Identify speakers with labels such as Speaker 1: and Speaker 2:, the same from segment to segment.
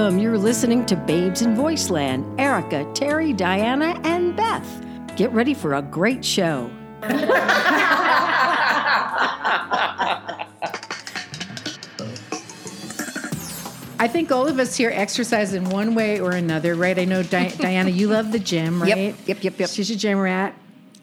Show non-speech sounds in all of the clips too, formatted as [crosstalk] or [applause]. Speaker 1: listening to Babes in Voiceland Erica, Terry, Diana, and Beth. Get ready for a great show.
Speaker 2: I think all of us here exercise in one way or another, right? I know [laughs] Di- Diana, you love the gym, right?
Speaker 1: yep, yep, yep.
Speaker 2: She's a gym rat.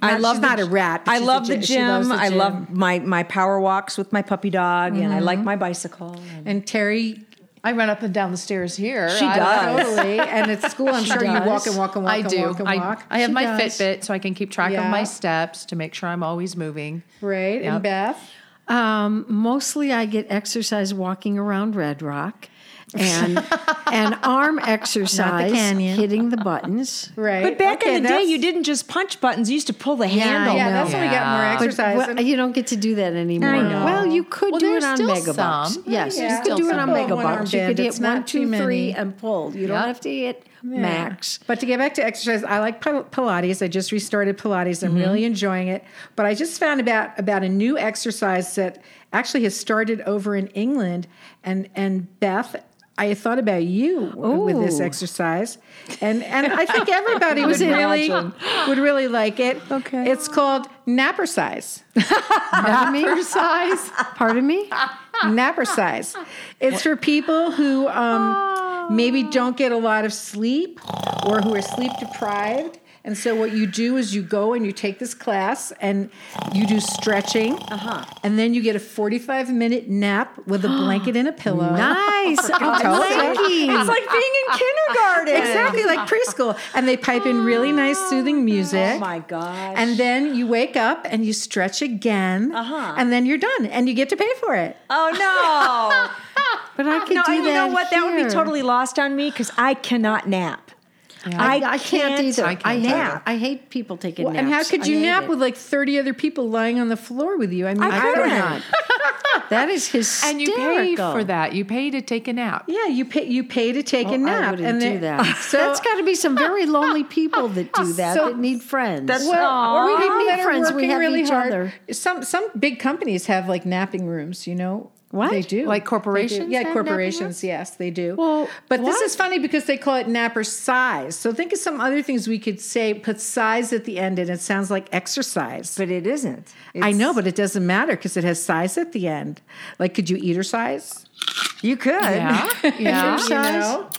Speaker 3: I
Speaker 2: Not-
Speaker 3: love
Speaker 2: she's
Speaker 3: the
Speaker 2: not a
Speaker 3: g-
Speaker 2: rat. but
Speaker 3: I
Speaker 2: she's a
Speaker 3: love the
Speaker 2: gy- she
Speaker 3: gym.
Speaker 2: loves the
Speaker 3: I
Speaker 2: gym.
Speaker 3: love my my power walks with my puppy dog, and I like
Speaker 1: Mm-hmm.
Speaker 3: my bicycle.
Speaker 2: And Terry,
Speaker 4: I run up and down the stairs here.
Speaker 3: She
Speaker 4: I
Speaker 3: does.
Speaker 2: totally. And at school, I'm sure you walk and walk and walk
Speaker 4: I
Speaker 2: and
Speaker 4: do.
Speaker 2: walk and
Speaker 4: I,
Speaker 2: walk.
Speaker 4: I have
Speaker 2: She
Speaker 4: my
Speaker 2: does.
Speaker 4: Fitbit so I can keep track
Speaker 2: Yeah.
Speaker 4: of my steps to make sure I'm always moving.
Speaker 2: Right.
Speaker 4: Yep.
Speaker 2: And Beth?
Speaker 1: Um, mostly I get exercise walking around Red Rock and
Speaker 3: [laughs]
Speaker 1: and arm exercise
Speaker 2: canyon.
Speaker 1: hitting the buttons.
Speaker 2: Right.
Speaker 3: But back
Speaker 2: Okay,
Speaker 3: in the day,
Speaker 2: that's-
Speaker 3: you didn't just punch buttons; you used to pull the handle.
Speaker 2: Yeah,
Speaker 1: know.
Speaker 2: that's when we got more
Speaker 4: Yeah.
Speaker 1: But
Speaker 2: exercise.
Speaker 1: well,
Speaker 2: and-
Speaker 1: you don't get to do that anymore.
Speaker 3: I know.
Speaker 1: Well, you could
Speaker 4: Well,
Speaker 1: do it
Speaker 4: there's
Speaker 1: on
Speaker 4: still
Speaker 1: Megabucks.
Speaker 4: some.
Speaker 1: Yes,
Speaker 2: Yeah.
Speaker 1: you could
Speaker 4: Still
Speaker 1: do it on
Speaker 4: some.
Speaker 2: Well, one-arm
Speaker 1: Megabucks. You
Speaker 2: band,
Speaker 1: could hit
Speaker 2: it's not
Speaker 1: one,
Speaker 2: too
Speaker 1: two, three,
Speaker 2: many.
Speaker 1: and pull. You don't
Speaker 4: Yep.
Speaker 1: have to hit max.
Speaker 2: But to get back to exercise, I like Pil- Pilates. I just restarted Pilates. I'm really enjoying it. But I just found about about a new exercise that actually has started over in England. And and Beth, I thought about you w- with this
Speaker 1: Ooh.
Speaker 2: exercise, and and I think everybody would really would really like it.
Speaker 3: Okay.
Speaker 2: it's called napper size.
Speaker 1: Pardon me?
Speaker 2: Size.
Speaker 1: Pardon me?
Speaker 3: [laughs]
Speaker 2: napper size. It's for people who um, maybe
Speaker 3: Oh.
Speaker 2: don't get a lot of sleep or who are sleep deprived. And so what you do is you go and you take this class and you do stretching, uh-huh. and then you get a 45 minute nap
Speaker 3: [gasps]
Speaker 2: with a blanket and a pillow.
Speaker 1: [laughs] Nice.
Speaker 2: Totally.
Speaker 3: It's like being in kindergarten.
Speaker 2: Exactly like preschool, and they pipe in really nice soothing music.
Speaker 3: Oh my gosh.
Speaker 2: And then you wake up and you stretch again,
Speaker 3: Uh-huh.
Speaker 2: and then you're done, and you get to pay for it.
Speaker 3: [laughs] oh no.
Speaker 1: But I could
Speaker 3: no,
Speaker 1: do
Speaker 3: and
Speaker 1: that.
Speaker 3: you know what? That would
Speaker 1: here.
Speaker 3: be totally lost on me because I cannot nap. I,
Speaker 1: I can't, either. I,
Speaker 4: I can't
Speaker 1: hate-
Speaker 3: either.
Speaker 1: I hate people taking
Speaker 2: Well,
Speaker 1: naps.
Speaker 2: and how could you
Speaker 1: I hate
Speaker 2: nap
Speaker 1: it.
Speaker 2: with like 30 other people lying on the floor with you? I mean,
Speaker 3: I
Speaker 2: I don't
Speaker 3: couldn't.
Speaker 2: know.
Speaker 1: That is hysterical.
Speaker 4: And you pay for that. You pay to take a nap.
Speaker 2: Yeah, you pay you pay to take
Speaker 1: Well,
Speaker 2: a nap.
Speaker 1: I wouldn't
Speaker 2: and
Speaker 1: do
Speaker 2: then-
Speaker 1: that.
Speaker 2: [laughs] So
Speaker 1: That's got to be some very lonely people that do that
Speaker 2: So-
Speaker 1: that need friends.
Speaker 2: well, or
Speaker 1: we
Speaker 2: people
Speaker 1: don't
Speaker 2: that
Speaker 1: need
Speaker 2: are
Speaker 1: friends. We
Speaker 2: working
Speaker 1: have
Speaker 2: really
Speaker 1: each
Speaker 2: hard.
Speaker 1: other.
Speaker 2: Some some big companies have like napping rooms. You know
Speaker 1: What?
Speaker 2: they do? They
Speaker 4: Like
Speaker 2: do.
Speaker 4: corporations
Speaker 2: Yeah,
Speaker 4: have napping
Speaker 2: corporations.
Speaker 4: rooms?
Speaker 2: Yes, they do.
Speaker 1: Well,
Speaker 2: but this
Speaker 1: what?
Speaker 2: is funny because they call it napper size. So think of some other things we could say. Put size at the end, and it sounds like exercise.
Speaker 3: But it isn't.
Speaker 2: I
Speaker 3: It's-
Speaker 2: know, but it doesn't matter because it has size at the end. Like, could you eat or size?
Speaker 3: you could.
Speaker 4: Yeah.
Speaker 2: Yeah,
Speaker 4: yeah.
Speaker 2: you
Speaker 1: size?
Speaker 2: know?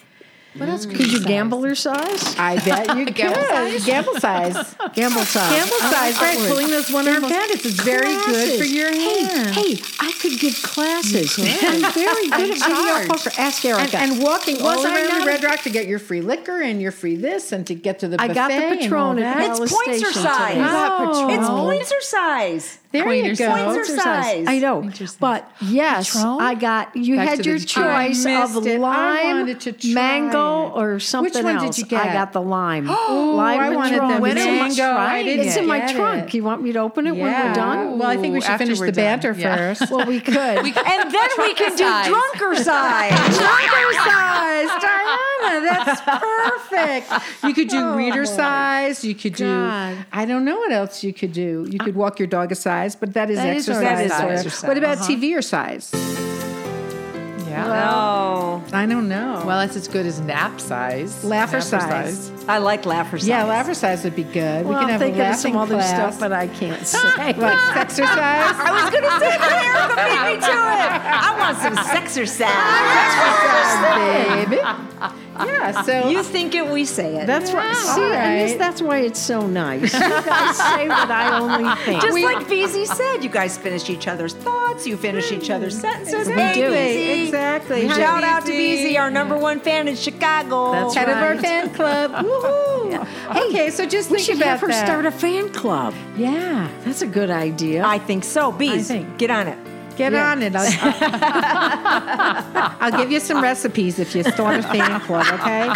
Speaker 4: What else could
Speaker 1: Mm. Could
Speaker 4: you
Speaker 1: you gambler size?
Speaker 2: I
Speaker 1: [laughs]
Speaker 2: bet you
Speaker 4: Gamble
Speaker 2: could.
Speaker 4: size?
Speaker 2: Gamble size.
Speaker 1: Gamble size.
Speaker 2: Gamble size, right? Pulling those one arm bandits is very good for
Speaker 1: Classes.
Speaker 2: your hand.
Speaker 1: Hey, hey, I could give classes. I'm
Speaker 2: [laughs]
Speaker 1: very good at video poker. Ask Erica.
Speaker 2: And, and walking all
Speaker 1: Was I
Speaker 2: around
Speaker 1: not-
Speaker 2: the Red Rock to get your free liquor and your free this and to get to the
Speaker 1: I
Speaker 2: buffet
Speaker 1: got the
Speaker 2: and all
Speaker 1: Patron at
Speaker 2: that.
Speaker 3: It's
Speaker 1: Dallas
Speaker 3: pointer
Speaker 1: Station
Speaker 3: size.
Speaker 1: today.
Speaker 3: You got
Speaker 2: Oh.
Speaker 3: [laughs] It's pointer size.
Speaker 2: There you
Speaker 4: Pointer
Speaker 2: go.
Speaker 4: size.
Speaker 3: Pointer size.
Speaker 1: I know, but yes,
Speaker 4: Patron?
Speaker 1: I got you
Speaker 4: Back to
Speaker 1: had
Speaker 4: the
Speaker 1: your
Speaker 4: Patron. I
Speaker 1: choice
Speaker 2: missed
Speaker 1: of
Speaker 2: it. I
Speaker 1: lime,
Speaker 2: wanted to try
Speaker 1: mango,
Speaker 2: it.
Speaker 1: or something
Speaker 2: one did
Speaker 1: else.
Speaker 2: you get?
Speaker 1: I got the lime.
Speaker 2: [gasps] Ooh,
Speaker 1: lime
Speaker 2: I wanted
Speaker 1: Patron.
Speaker 2: the
Speaker 1: It's in my-
Speaker 2: mango. I didn't
Speaker 1: It's in my
Speaker 2: get it.
Speaker 1: trunk. You want me to open it when
Speaker 2: Yeah.
Speaker 1: we're done?
Speaker 2: Well, I think we should
Speaker 4: After
Speaker 2: finish
Speaker 4: we're
Speaker 2: the
Speaker 4: done.
Speaker 2: banter
Speaker 4: Yeah.
Speaker 1: [laughs]
Speaker 2: first.
Speaker 1: Well, we
Speaker 2: [laughs]
Speaker 1: could.
Speaker 3: And then we can do drunker size. [laughs] drunker size.
Speaker 2: Diana, that's perfect. You could do reader size. You could
Speaker 1: God.
Speaker 2: do. I don't know what else you could do. You could walk your dog a size, but that is
Speaker 1: That is
Speaker 2: exercise.
Speaker 3: already
Speaker 2: What
Speaker 3: exercise.
Speaker 2: What about TV or size?
Speaker 4: Yeah.
Speaker 3: Oh,
Speaker 2: I don't know.
Speaker 4: Well, that's as good as nap size.
Speaker 2: laugher
Speaker 4: Napper
Speaker 2: size.
Speaker 3: I like laugher size.
Speaker 2: Yeah, laugher size would be good.
Speaker 1: Well,
Speaker 2: we can
Speaker 1: I'm
Speaker 2: have a
Speaker 1: thinking of some
Speaker 2: laughing
Speaker 1: other
Speaker 2: class.
Speaker 1: stuff, but
Speaker 2: [laughs]
Speaker 1: I can't say.
Speaker 2: like exercise.
Speaker 3: I was going to say, [laughs] but Erica beat me to it. I want some sexercise.
Speaker 2: Exercise, baby. Yeah. So
Speaker 3: you think it, we say it.
Speaker 1: That's right.
Speaker 2: Yeah,
Speaker 1: See,
Speaker 2: all
Speaker 1: and this-
Speaker 2: right.
Speaker 1: that's why it's so nice. [laughs] You guys say what I [laughs] only think.
Speaker 3: Just like VZ said, you guys finish each other's thoughts, you finish each other's sentences.
Speaker 2: Exactly.
Speaker 3: Hey,
Speaker 1: We do.
Speaker 3: VZ.
Speaker 2: Exactly. Hi,
Speaker 3: Shout out to
Speaker 2: VZ.
Speaker 3: VZ, our number one fan in Chicago.
Speaker 1: That's
Speaker 2: head of our
Speaker 1: Right.
Speaker 2: fan
Speaker 1: [laughs]
Speaker 2: club. Woohoo! okay, so just
Speaker 1: we
Speaker 2: think
Speaker 1: should
Speaker 2: about
Speaker 1: have her
Speaker 2: that.
Speaker 1: start a fan club.
Speaker 2: yeah.
Speaker 1: That's a good idea.
Speaker 3: I think so. Bees,
Speaker 2: think.
Speaker 3: get on it.
Speaker 2: Get
Speaker 1: Yeah.
Speaker 2: on it. I'll,
Speaker 1: [laughs]
Speaker 2: I'll give you some recipes if you start a fan club, okay?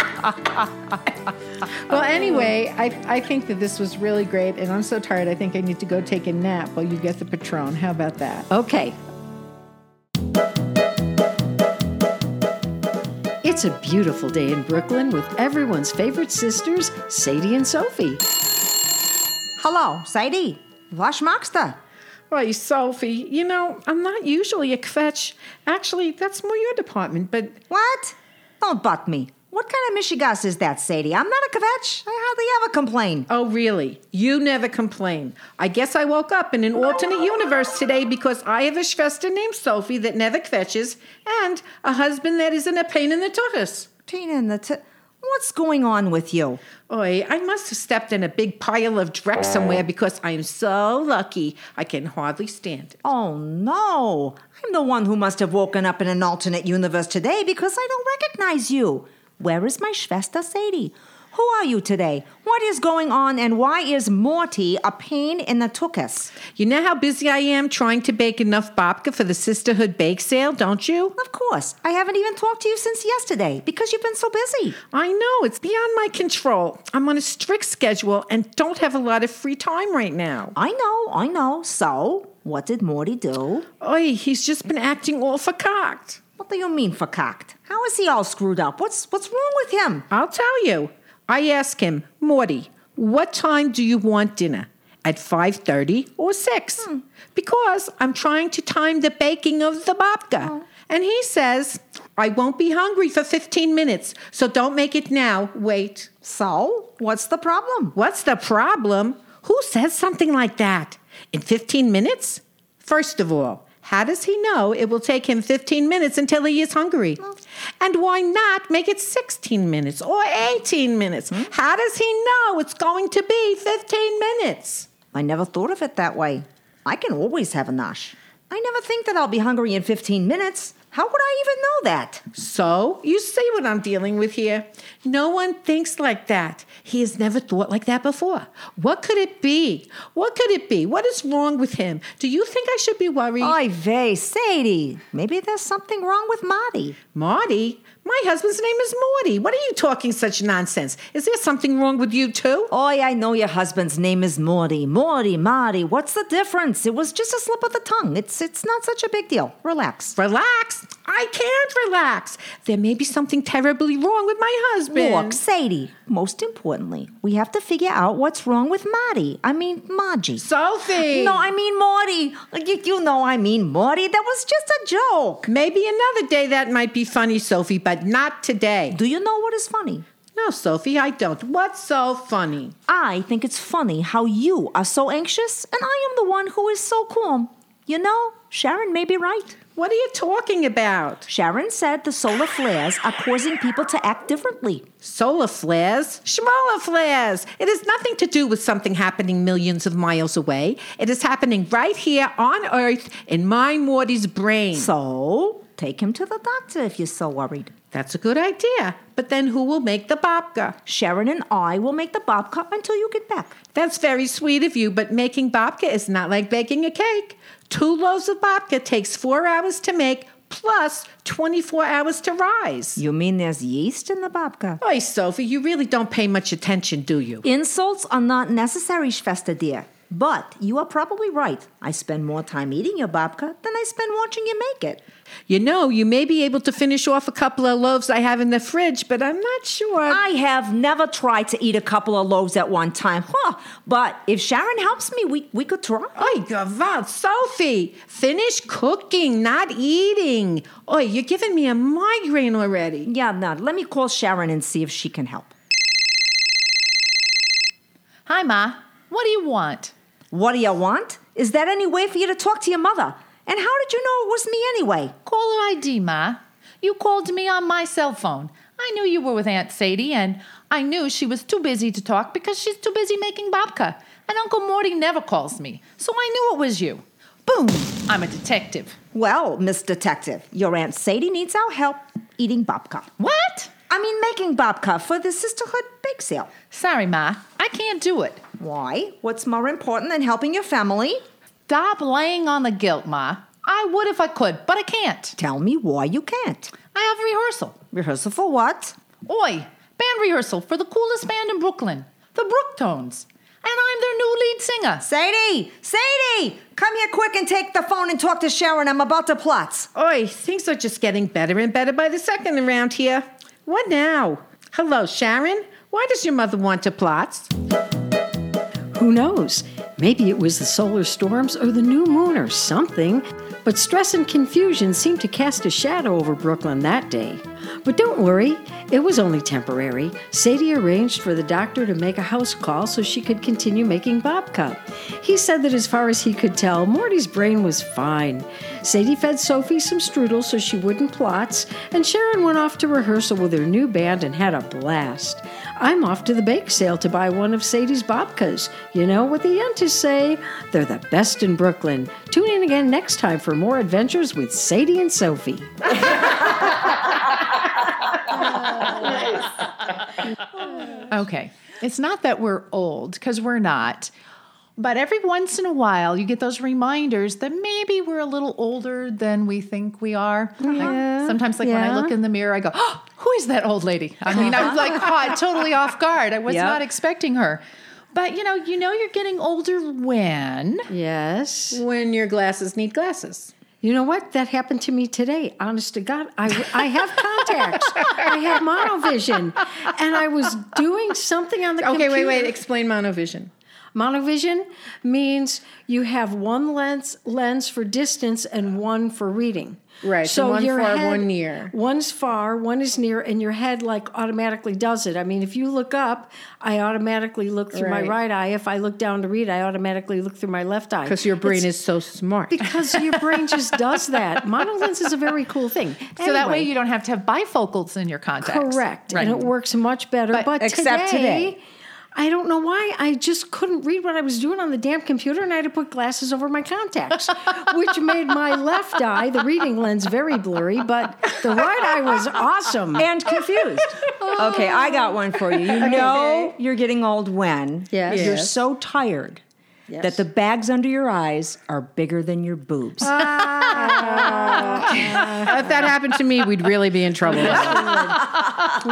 Speaker 2: Well, anyway, I, I think that this was really great, and I'm so tired. I think I need to go take a nap while you get the Patron. How about that?
Speaker 1: okay. It's a beautiful day in Brooklyn with everyone's favorite sisters, Sadie and Sophie.
Speaker 3: Hello, Sadie. Wash Maxta.
Speaker 2: Right, Sophie, you know, I'm not usually a kvetch. Actually, that's more your department, but
Speaker 3: What? Don't butt me. What kind of mishigas is that, Sadie? I'm not a kvetch. I hardly ever complain.
Speaker 2: Oh, really? You never complain. I guess I woke up in an alternate universe today because I have a Schwester named Sophie that never fetches and a husband that isn't a pain in the tuchus.
Speaker 3: Tina and the t- what's going on with you?
Speaker 2: Oi, I must have stepped in a big pile of dreck somewhere because I am so lucky I can hardly stand it.
Speaker 3: Oh no, I'm the one who must have woken up in an alternate universe today because I don't recognize you. Where is my Schwester Sadie? Who are you today? What is going on and why is Morty a pain in the tuchus?
Speaker 2: You know how busy I am trying to bake enough babka for the sisterhood bake sale, don't you?
Speaker 3: Of course, I haven't even talked to you since yesterday because you've been so busy.
Speaker 2: I know, it's beyond my control. I'm on a strict schedule and don't have a lot of free time right now.
Speaker 3: I know, I know. So, what did Morty do?
Speaker 2: Oi, he's just been acting all forcocked.
Speaker 3: What do you mean for cocked? How is he all screwed up? What's what's wrong with him?
Speaker 2: I'll tell you. I ask him, Morty, what time do you want dinner? At 5.30 or 6? Because I'm trying to time the baking of the babka. And he says, I won't be hungry for 15 minutes, so don't make it now. Wait.
Speaker 3: So, what's the problem?
Speaker 2: What's the problem? Who says something like that? In 15 minutes? First of all, how does he know it will take him 15 minutes until he is hungry? And why not make it 16 minutes or 18 minutes? How does he know it's going to be 15 minutes?
Speaker 3: I never thought of it that way. I can always have a nosh. I never think that I'll be hungry in 15 minutes. How would I even know that?
Speaker 2: So, you see what I'm dealing with here. No one thinks like that. He has never thought like that before. What could it be? What could it be? What is wrong with him? Do you think I should be worried?
Speaker 3: Oy vey, Sadie. Maybe there's something wrong with Marty.
Speaker 2: Marty? My husband's name is Morty. What are you talking such nonsense? Is there something wrong with you too?
Speaker 3: Oy, I know your husband's name is Morty. Morty, Marty, what's the difference? It was just a slip of the tongue. It's it's not such a big deal. Relax.
Speaker 2: Relax. I can't relax. There may be something terribly wrong with my husband.
Speaker 3: Look, Sadie, most importantly, we have to figure out what's wrong with Marty. I mean, Margie.
Speaker 2: Sophie.
Speaker 3: No, I mean Morty. You, you know I mean Morty. That was just a joke.
Speaker 2: Maybe another day that might be funny, Sophie, but not today.
Speaker 3: Do you know what is funny?
Speaker 2: No, Sophie, I don't. What's so funny?
Speaker 3: I think it's funny how you are so anxious and I am the one who is so calm. You know, Sharon may be right.
Speaker 2: What are you talking about?
Speaker 3: Sharon said the solar flares are causing people to act differently.
Speaker 2: Solar flares, schmolar flares. It has nothing to do with something happening millions of miles away. It is happening right here on Earth in my Morty's brain.
Speaker 3: So, take him to the doctor if you're so worried.
Speaker 2: That's a good idea. But then who will make the babka?
Speaker 3: Sharon and I will make the bobcat until you get back.
Speaker 2: That's very sweet of you, but making babka is not like baking a cake. Two loaves of babka takes four hours to make, plus 24 hours to rise.
Speaker 3: You mean there's yeast in the babka?
Speaker 2: Boy, Sophie, you really don't pay much attention, do you?
Speaker 3: Insults are not necessary, Schwester dear. But you are probably right. I spend more time eating your babka than I spend watching you make it.
Speaker 2: You know, you may be able to finish off a couple of loaves I have in the fridge, but I'm not sure.
Speaker 3: I have never tried to eat a couple of loaves at one time, huh? But if Sharon helps me, we, we could try.
Speaker 2: Oi, Gavalt, Sophie, finish cooking, not eating. Oi, you're giving me a migraine already.
Speaker 3: Yeah, no, let me call Sharon and see if she can help.
Speaker 4: Hi, Ma. What do you want?
Speaker 3: What do you want? Is there any way for you to talk to your mother? And how did you know it was me anyway?
Speaker 4: Caller ID, Ma. You called me on my cell phone. I knew you were with Aunt Sadie, and I knew she was too busy to talk because she's too busy making babka. And Uncle Morty never calls me, so I knew it was you. Boom! I'm a detective.
Speaker 3: Well, Miss Detective, your Aunt Sadie needs our help eating babka.
Speaker 4: What?
Speaker 3: I mean, making babka for the Sisterhood bake sale.
Speaker 4: Sorry, Ma. I can't do it.
Speaker 3: Why? What's more important than helping your family?
Speaker 4: Stop laying on the guilt, Ma. I would if I could, but I can't.
Speaker 3: Tell me why you can't.
Speaker 4: I have rehearsal.
Speaker 3: Rehearsal for what?
Speaker 4: Oi, band rehearsal for the coolest band in Brooklyn, the Brooktones. And I'm their new lead singer.
Speaker 3: Sadie! Sadie! Come here quick and take the phone and talk to Sharon. I'm about to plot.
Speaker 2: Oi, things are just getting better and better by the second around here. What now? Hello, Sharon? Why does your mother want to plots?
Speaker 1: Who knows? Maybe it was the solar storms or the new moon or something. But stress and confusion seemed to cast a shadow over Brooklyn that day. But don't worry, it was only temporary. Sadie arranged for the doctor to make a house call so she could continue making babka. He said that as far as he could tell, Morty's brain was fine. Sadie fed Sophie some strudel so she wouldn't plots, and Sharon went off to rehearsal with her new band and had a blast. I'm off to the bake sale to buy one of Sadie's babkas. You know what the Yentas say? They're the best in Brooklyn. Tune in again next time for more adventures with Sadie and Sophie.
Speaker 4: Okay. It's not that we're old, because we're not. But every once in a while, you get those reminders that maybe we're a little older than we think we are.
Speaker 2: Uh-huh.
Speaker 4: Like, sometimes, like when I
Speaker 1: yeah.
Speaker 4: look in the mirror, I go, oh, "Who is that old lady?" I mean, I
Speaker 2: [laughs]
Speaker 4: was like caught totally off guard. I was
Speaker 1: Yeah.
Speaker 4: not expecting her. But you know, you know, you're getting older when
Speaker 1: Yes.
Speaker 2: When your glasses need glasses.
Speaker 1: You know what? That happened to me today. Honest to God, I, I have contacts. I have monovision, and I was doing something on the
Speaker 2: Okay,
Speaker 1: computer.
Speaker 2: wait, wait. Explain monovision.
Speaker 1: Monovision means you have one lens lens for distance and one for reading.
Speaker 2: Right, so one far,
Speaker 1: head-
Speaker 2: one near.
Speaker 1: One's far, one is near, and your head like automatically does it. I mean, if you look up, I automatically look through my
Speaker 2: Right.
Speaker 1: right eye. If I look down to read, I automatically look through my left eye.
Speaker 2: Because your brain is so smart.
Speaker 1: because your brain just does that. [laughs] Monolens is a very cool thing.
Speaker 4: so that way you don't have to have bifocals in your contacts.
Speaker 1: correct,
Speaker 4: Right.
Speaker 1: and it works much better. But,
Speaker 2: except
Speaker 1: today,
Speaker 2: today.
Speaker 1: I don't know why I just couldn't read what I was doing on the damn computer, and I had to put glasses over my contacts, which made my left eye, the reading lens, very blurry. But the right eye was awesome.
Speaker 3: and
Speaker 2: [laughs]
Speaker 3: confused. okay, I got one for you. You know you're getting old when
Speaker 1: Yes.
Speaker 3: you're
Speaker 2: Yes.
Speaker 3: so tired that the bags under your eyes are bigger than your boobs.
Speaker 2: Ah.
Speaker 3: [laughs]
Speaker 2: if that happened to me, we'd really be in trouble.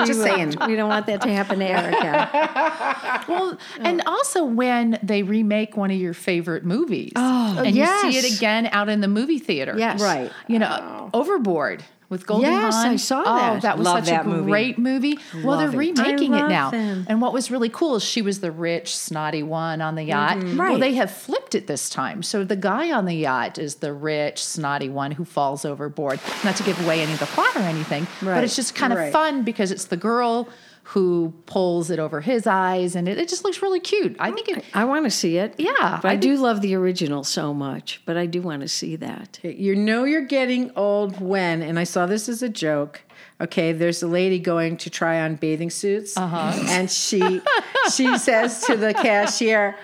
Speaker 2: Just saying.
Speaker 1: We don't want that to happen to [laughs] Erica. [laughs]
Speaker 4: Well, and also when they remake one of your favorite movies, oh, and you see
Speaker 1: yes.
Speaker 4: it again out in the movie theater,
Speaker 1: Yes. Right.
Speaker 4: You know, Overboard with Goldie
Speaker 1: Yes,
Speaker 4: Hawn.
Speaker 1: I saw
Speaker 4: Oh,
Speaker 1: that.
Speaker 4: that was
Speaker 3: Love
Speaker 4: such
Speaker 3: that
Speaker 4: a
Speaker 3: movie.
Speaker 4: great movie. well, they're
Speaker 3: Love it.
Speaker 4: remaking
Speaker 1: I
Speaker 4: it
Speaker 1: love
Speaker 4: now,
Speaker 1: them.
Speaker 4: and what was really cool is she was the rich, snotty one on the
Speaker 1: Mm-hmm.
Speaker 4: yacht. Well,
Speaker 3: Right.
Speaker 4: they have flipped it this time, so the guy on the yacht is the rich, snotty one who falls overboard. Not to give away any of the plot or anything, but
Speaker 1: Right.
Speaker 4: it's just kind of
Speaker 2: Right.
Speaker 4: fun fun because it's the girl who pulls it over his eyes and it, it just looks really cute. I think it
Speaker 1: I want to see it.
Speaker 4: Yeah,
Speaker 1: But I,
Speaker 4: I
Speaker 1: do love the original so much, but I do want to see that.
Speaker 2: You know you're getting old when, and I saw this as a joke. Okay, there's a lady going to try on bathing suits,
Speaker 1: Uh-huh.
Speaker 2: and she she says to the cashier,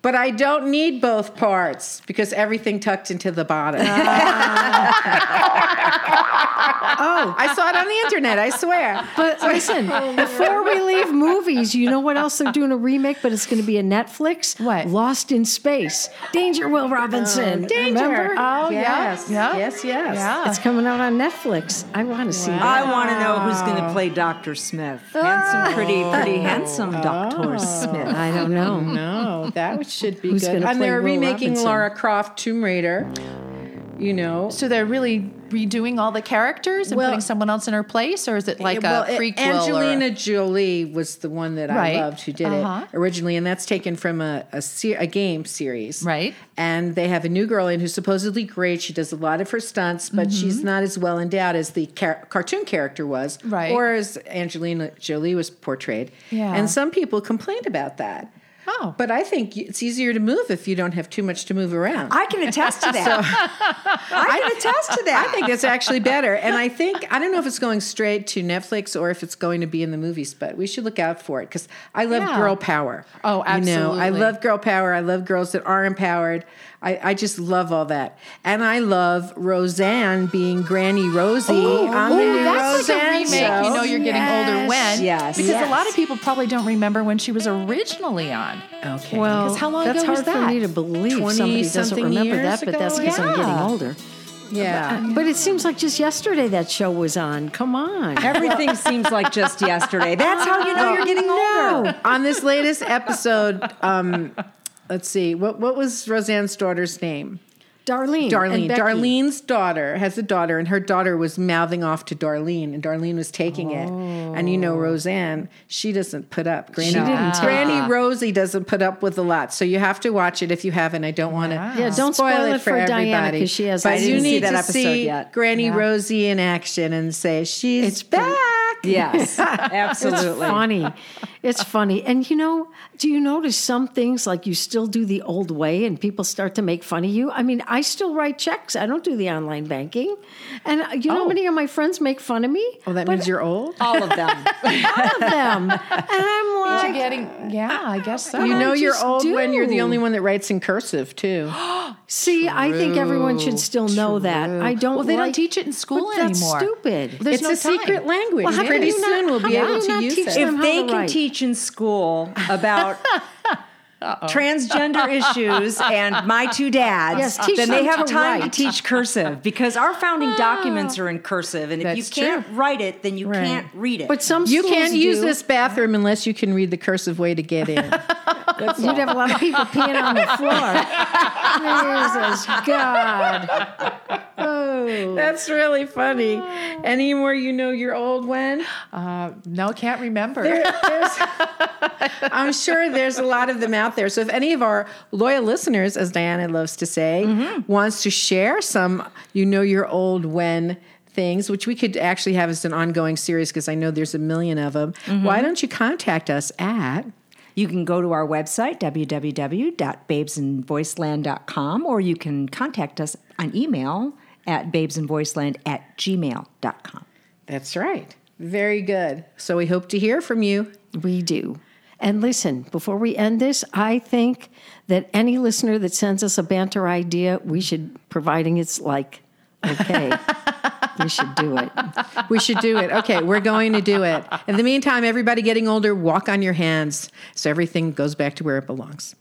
Speaker 2: "But I don't need both parts because everything tucked into the bottom."
Speaker 1: Ah.
Speaker 2: oh, I saw it on the internet. I swear.
Speaker 1: [laughs] But listen, before we leave movies, you know what else they're doing a remake, but it's going to be a Netflix?
Speaker 4: What?
Speaker 1: Lost in Space. Danger, Will Robinson. Remember?
Speaker 4: Oh, yeah.
Speaker 2: yes,
Speaker 4: Yeah.
Speaker 2: yes, yes.
Speaker 4: yeah.
Speaker 1: It's coming out on Netflix. I want to see that.
Speaker 3: I want to know who's going to play Dr. Smith.
Speaker 2: Ah.
Speaker 3: Handsome, pretty, pretty
Speaker 2: Oh.
Speaker 3: handsome Dr. Smith.
Speaker 1: I don't [laughs] know.
Speaker 2: No, that should be
Speaker 1: Who's
Speaker 2: good.
Speaker 1: gonna
Speaker 2: And
Speaker 1: play
Speaker 2: they're
Speaker 1: Will
Speaker 2: remaking
Speaker 1: Robinson?
Speaker 2: Laura Croft Tomb Raider. You know,
Speaker 4: so they're really redoing all the characters and
Speaker 2: Well-
Speaker 4: putting someone else in her place or is it like
Speaker 2: Well,
Speaker 4: a
Speaker 2: it-
Speaker 4: prequel
Speaker 2: Angelina
Speaker 4: or,
Speaker 2: Jolie was the one that
Speaker 4: Right.
Speaker 2: I loved who did
Speaker 4: Uh-huh.
Speaker 2: it originally, and that's taken from a a, se- a game series,
Speaker 4: Right.
Speaker 2: And they have a new girl in who's supposedly great. She does a lot of her stunts, but
Speaker 4: Mm-hmm.
Speaker 2: she's not as well endowed as the car- cartoon character was,
Speaker 4: Right.
Speaker 2: Or as Angelina Jolie was portrayed.
Speaker 4: Yeah.
Speaker 2: And some people complained about that.
Speaker 4: Oh.
Speaker 2: But I think it's easier to move if you don't have too much to move around.
Speaker 3: I can
Speaker 2: [laughs]
Speaker 3: attest to that. I can attest to that.
Speaker 2: I think that's actually better. And I think I don't know if it's going straight to Netflix or if it's going to be in the movies, but we should look out for it because I love
Speaker 4: Yeah.
Speaker 2: girl power.
Speaker 4: Oh,
Speaker 2: You know, I
Speaker 4: absolutely.
Speaker 2: love girl power. I love girls that are empowered. I, I just love all that, and I love Roseanne being Granny Rosie on the
Speaker 4: Ooh,
Speaker 2: new
Speaker 4: that's like a
Speaker 2: Roseanne
Speaker 4: remake.
Speaker 2: show.
Speaker 4: You know you're getting older when.
Speaker 3: yes,
Speaker 4: Because a lot of people probably don't remember when she was originally on.
Speaker 2: Okay.
Speaker 1: Well,
Speaker 4: 'Cause how long
Speaker 1: that's
Speaker 4: ago was
Speaker 1: hard for
Speaker 4: that?
Speaker 1: me to believe somebody doesn't
Speaker 2: 20-something
Speaker 1: remember
Speaker 2: years
Speaker 1: that, but that's
Speaker 2: ago?
Speaker 1: because I'm getting
Speaker 4: Yeah.
Speaker 1: older.
Speaker 2: yeah.
Speaker 1: But it seems like just yesterday that show was on. Come on.
Speaker 3: [laughs] Everything seems like just yesterday. That's how you know you're getting older.
Speaker 2: Oh, on this latest episode, um, let's see what what was Roseanne's daughter's name?
Speaker 1: Darlene.
Speaker 2: Darlene.
Speaker 1: and Becky.
Speaker 2: Darlene's daughter has a daughter, and her daughter was mouthing off to Darlene, and Darlene was taking it. And you know, Roseanne, she doesn't put up. Granny,
Speaker 1: Oh. didn't take
Speaker 2: Granny Rosie doesn't put up with a lot, so you have to watch it if you haven't. I don't want to.
Speaker 1: Yeah, don't spoil it for Diana,
Speaker 2: everybody,
Speaker 1: 'cause she has-
Speaker 2: But
Speaker 1: I
Speaker 2: you
Speaker 1: didn't
Speaker 2: need
Speaker 1: see
Speaker 3: that
Speaker 2: to
Speaker 3: episode
Speaker 2: see
Speaker 3: yet.
Speaker 2: Granny
Speaker 3: Yeah.
Speaker 2: Rosie in action and say she's
Speaker 1: It's pretty-
Speaker 2: back.
Speaker 1: [laughs]
Speaker 3: Yes, absolutely.
Speaker 1: It's funny. It's funny. And you know, do you notice some things like you still do the old way and people start to make fun of you? I mean, I still write checks. I don't do the online banking. And uh, you know
Speaker 3: Oh.
Speaker 1: how many of my friends make fun of me?
Speaker 2: Well, that
Speaker 1: But
Speaker 2: means you're old.
Speaker 3: All Oh, of
Speaker 1: [laughs]
Speaker 3: them.
Speaker 1: all of them. and I'm
Speaker 4: You're
Speaker 1: like,
Speaker 4: getting, yeah, I guess so.
Speaker 2: You
Speaker 1: I
Speaker 2: know you're
Speaker 1: just
Speaker 2: old when you're the
Speaker 1: do.
Speaker 2: only one that writes in
Speaker 1: [gasps]
Speaker 2: cursive too.
Speaker 1: see, I think everyone should still know that. I don't
Speaker 4: Well, they don't
Speaker 1: like-
Speaker 4: teach it in school
Speaker 1: But
Speaker 4: anymore.
Speaker 1: that's stupid.
Speaker 4: There's
Speaker 2: it's
Speaker 4: no
Speaker 2: a
Speaker 4: time.
Speaker 2: secret language.
Speaker 1: Well, how can
Speaker 2: Pretty
Speaker 1: you not-
Speaker 2: soon we'll
Speaker 1: how
Speaker 2: be
Speaker 1: can
Speaker 2: able
Speaker 1: you
Speaker 2: to
Speaker 1: not
Speaker 2: use
Speaker 1: teach
Speaker 2: it.
Speaker 1: them
Speaker 3: if
Speaker 1: how
Speaker 3: they
Speaker 1: to
Speaker 3: can
Speaker 1: write.
Speaker 3: teach in school about transgender issues and my two dads,
Speaker 1: Yes, teach
Speaker 3: then they
Speaker 1: them
Speaker 3: have
Speaker 1: to
Speaker 3: time
Speaker 1: write.
Speaker 3: to teach cursive because our founding documents are in cursive, and if
Speaker 2: That's
Speaker 3: you can't
Speaker 2: true.
Speaker 3: write it, then you can't read it.
Speaker 1: But some
Speaker 2: You
Speaker 1: schools
Speaker 2: can't use
Speaker 1: do.
Speaker 2: this bathroom unless you can read the cursive way to get in.
Speaker 1: You'd have a lot of people peeing on the floor. Jesus God. Oh.
Speaker 2: [laughs] That's really funny. Anymore, you know you're old when?
Speaker 4: Uh, no, I can't remember.
Speaker 2: There's- [laughs] I'm sure there's a lot of them out there. So if any of our loyal listeners, as Diana loves to say, wants to share some you know you're old when things, which we could actually have as an ongoing series because I know there's a million of them, why don't you contact us at
Speaker 3: you can go to our website, www.babesandvoiceland.com, or you can contact us on email at babesandvoiceland at gmail.com.
Speaker 2: That's right. Very good. So we hope to hear from you.
Speaker 1: We do. And listen, before we end this, I think that any listener that sends us a banter idea, we should, providing it's like, okay, we should do it.
Speaker 2: We should do it. Okay, we're going to do it. In the meantime, everybody getting older, walk on your hands so everything goes back to where it belongs.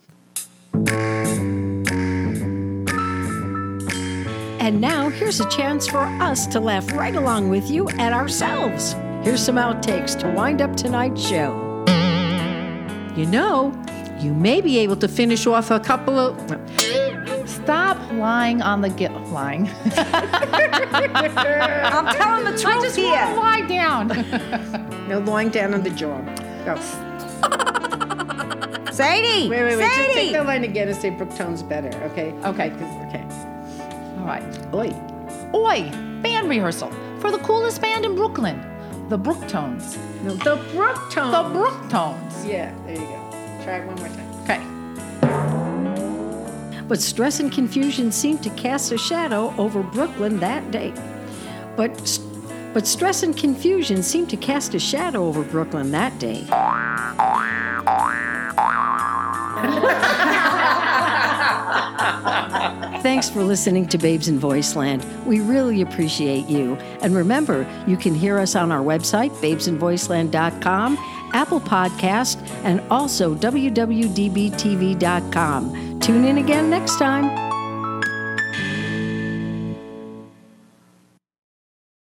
Speaker 1: And now here's a chance for us to laugh right along with you at ourselves. Here's some outtakes to wind up tonight's show.
Speaker 2: You know, you may be able to finish off a couple of. [laughs]
Speaker 4: Stop lying on the git lying. [laughs]
Speaker 3: I'm telling the truth
Speaker 4: Just
Speaker 3: here.
Speaker 4: wanna lie down. [laughs]
Speaker 2: No, lying down on the jaw. Go.
Speaker 3: Sadie!
Speaker 2: Wait, wait, wait.
Speaker 3: Sadie!
Speaker 2: Just take that line again and say Brooktone's better, okay?
Speaker 4: Okay.
Speaker 2: Okay.
Speaker 4: All right.
Speaker 2: Oi.
Speaker 4: Oi, band rehearsal for the coolest band in Brooklyn, the Brooktones.
Speaker 2: No, the Brooktone.
Speaker 4: The Brooktones.
Speaker 2: yeah, there you go. Try it one more time.
Speaker 4: Okay.
Speaker 1: But stress and confusion seemed to cast a shadow over Brooklyn that day. But but stress and confusion seemed to cast a shadow over Brooklyn that day. Thanks for listening to Babes in Voiceland. We really appreciate you. And remember, you can hear us on our website, babesinvoiceland.com, Apple Podcast, and also www.dbtv.com. Tune in again next time.